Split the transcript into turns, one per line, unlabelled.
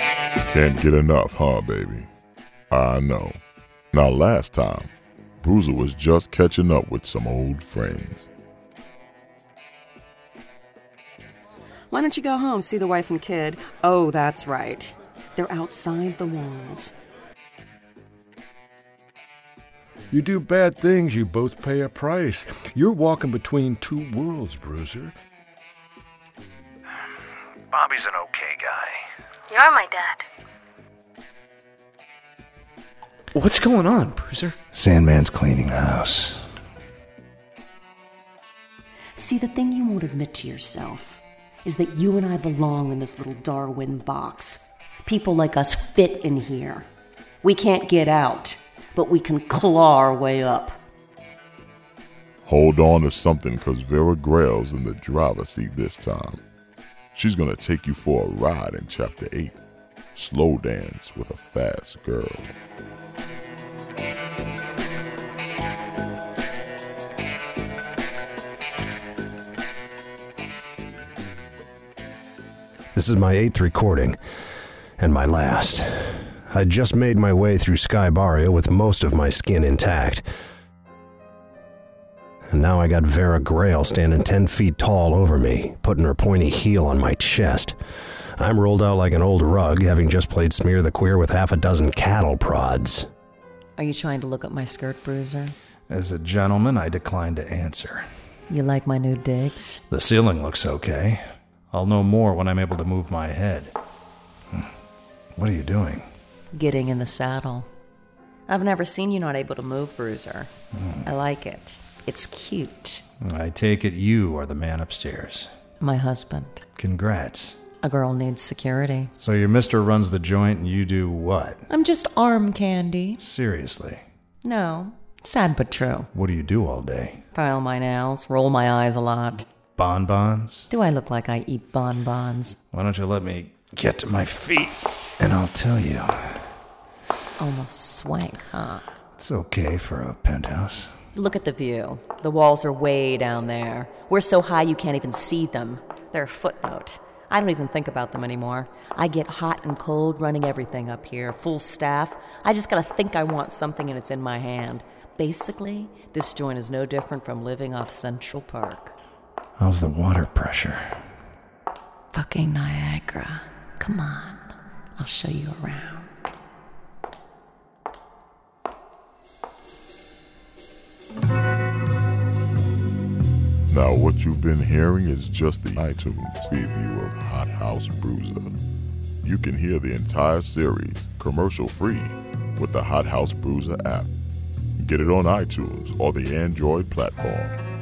Can't get enough, huh, baby? I know. Now, last time, Bruiser was just catching up with some old friends.
Why don't you go home, see the wife and kid? Oh, that's right. They're outside the walls.
You do bad things, you both pay a price. You're walking between two worlds, Bruiser.
Bobby's an okay guy.
You're my dad.
What's going on, Bruiser?
Sandman's cleaning the house.
See, the thing you won't admit to yourself is that you and I belong in this little Darwin box. People like us fit in here. We can't get out, but we can claw our way up.
Hold on to something, because Vera Grail's in the driver's seat this time. She's going to take you for a ride in Chapter 8 Slow Dance with a Fast Girl.
This is my eighth recording, and my last. I just made my way through Skybaria with most of my skin intact. And now I got Vera Grail standing 10 feet tall over me, putting her pointy heel on my chest. I'm rolled out like an old rug, having just played Smear the Queer with half a dozen cattle prods.
Are you trying to look up my skirt, Bruiser?
As a gentleman, I decline to answer.
You like my new digs?
The ceiling looks okay. I'll know more when I'm able to move my head. Hmm. What are you doing?
Getting in the saddle. I've never seen you not able to move, Bruiser.
Hmm.
I like it. It's cute.
I take it you are the man upstairs.
My husband.
Congrats.
A girl needs security.
So your mister runs the joint and you do what?
I'm just arm candy.
Seriously.
No, sad but true.
What do you do all day?
File my nails, roll my eyes a lot.
Bonbons?
Do I look like I eat bonbons?
Why don't you let me get to my feet and I'll tell you.
Almost swank, huh?
It's okay for a penthouse.
Look at the view. The walls are way down there. We're so high you can't even see them. They're a footnote. I don't even think about them anymore. I get hot and cold running everything up here, full staff. I just gotta think I want something and it's in my hand. Basically, this joint is no different from living off Central Park.
How's the water pressure?
Fucking Niagara. Come on, I'll show you around.
Now, what you've been hearing is just the iTunes preview of Hot House Bruiser. You can hear the entire series commercial free with the Hot House Bruiser app. Get it on iTunes or the Android platform.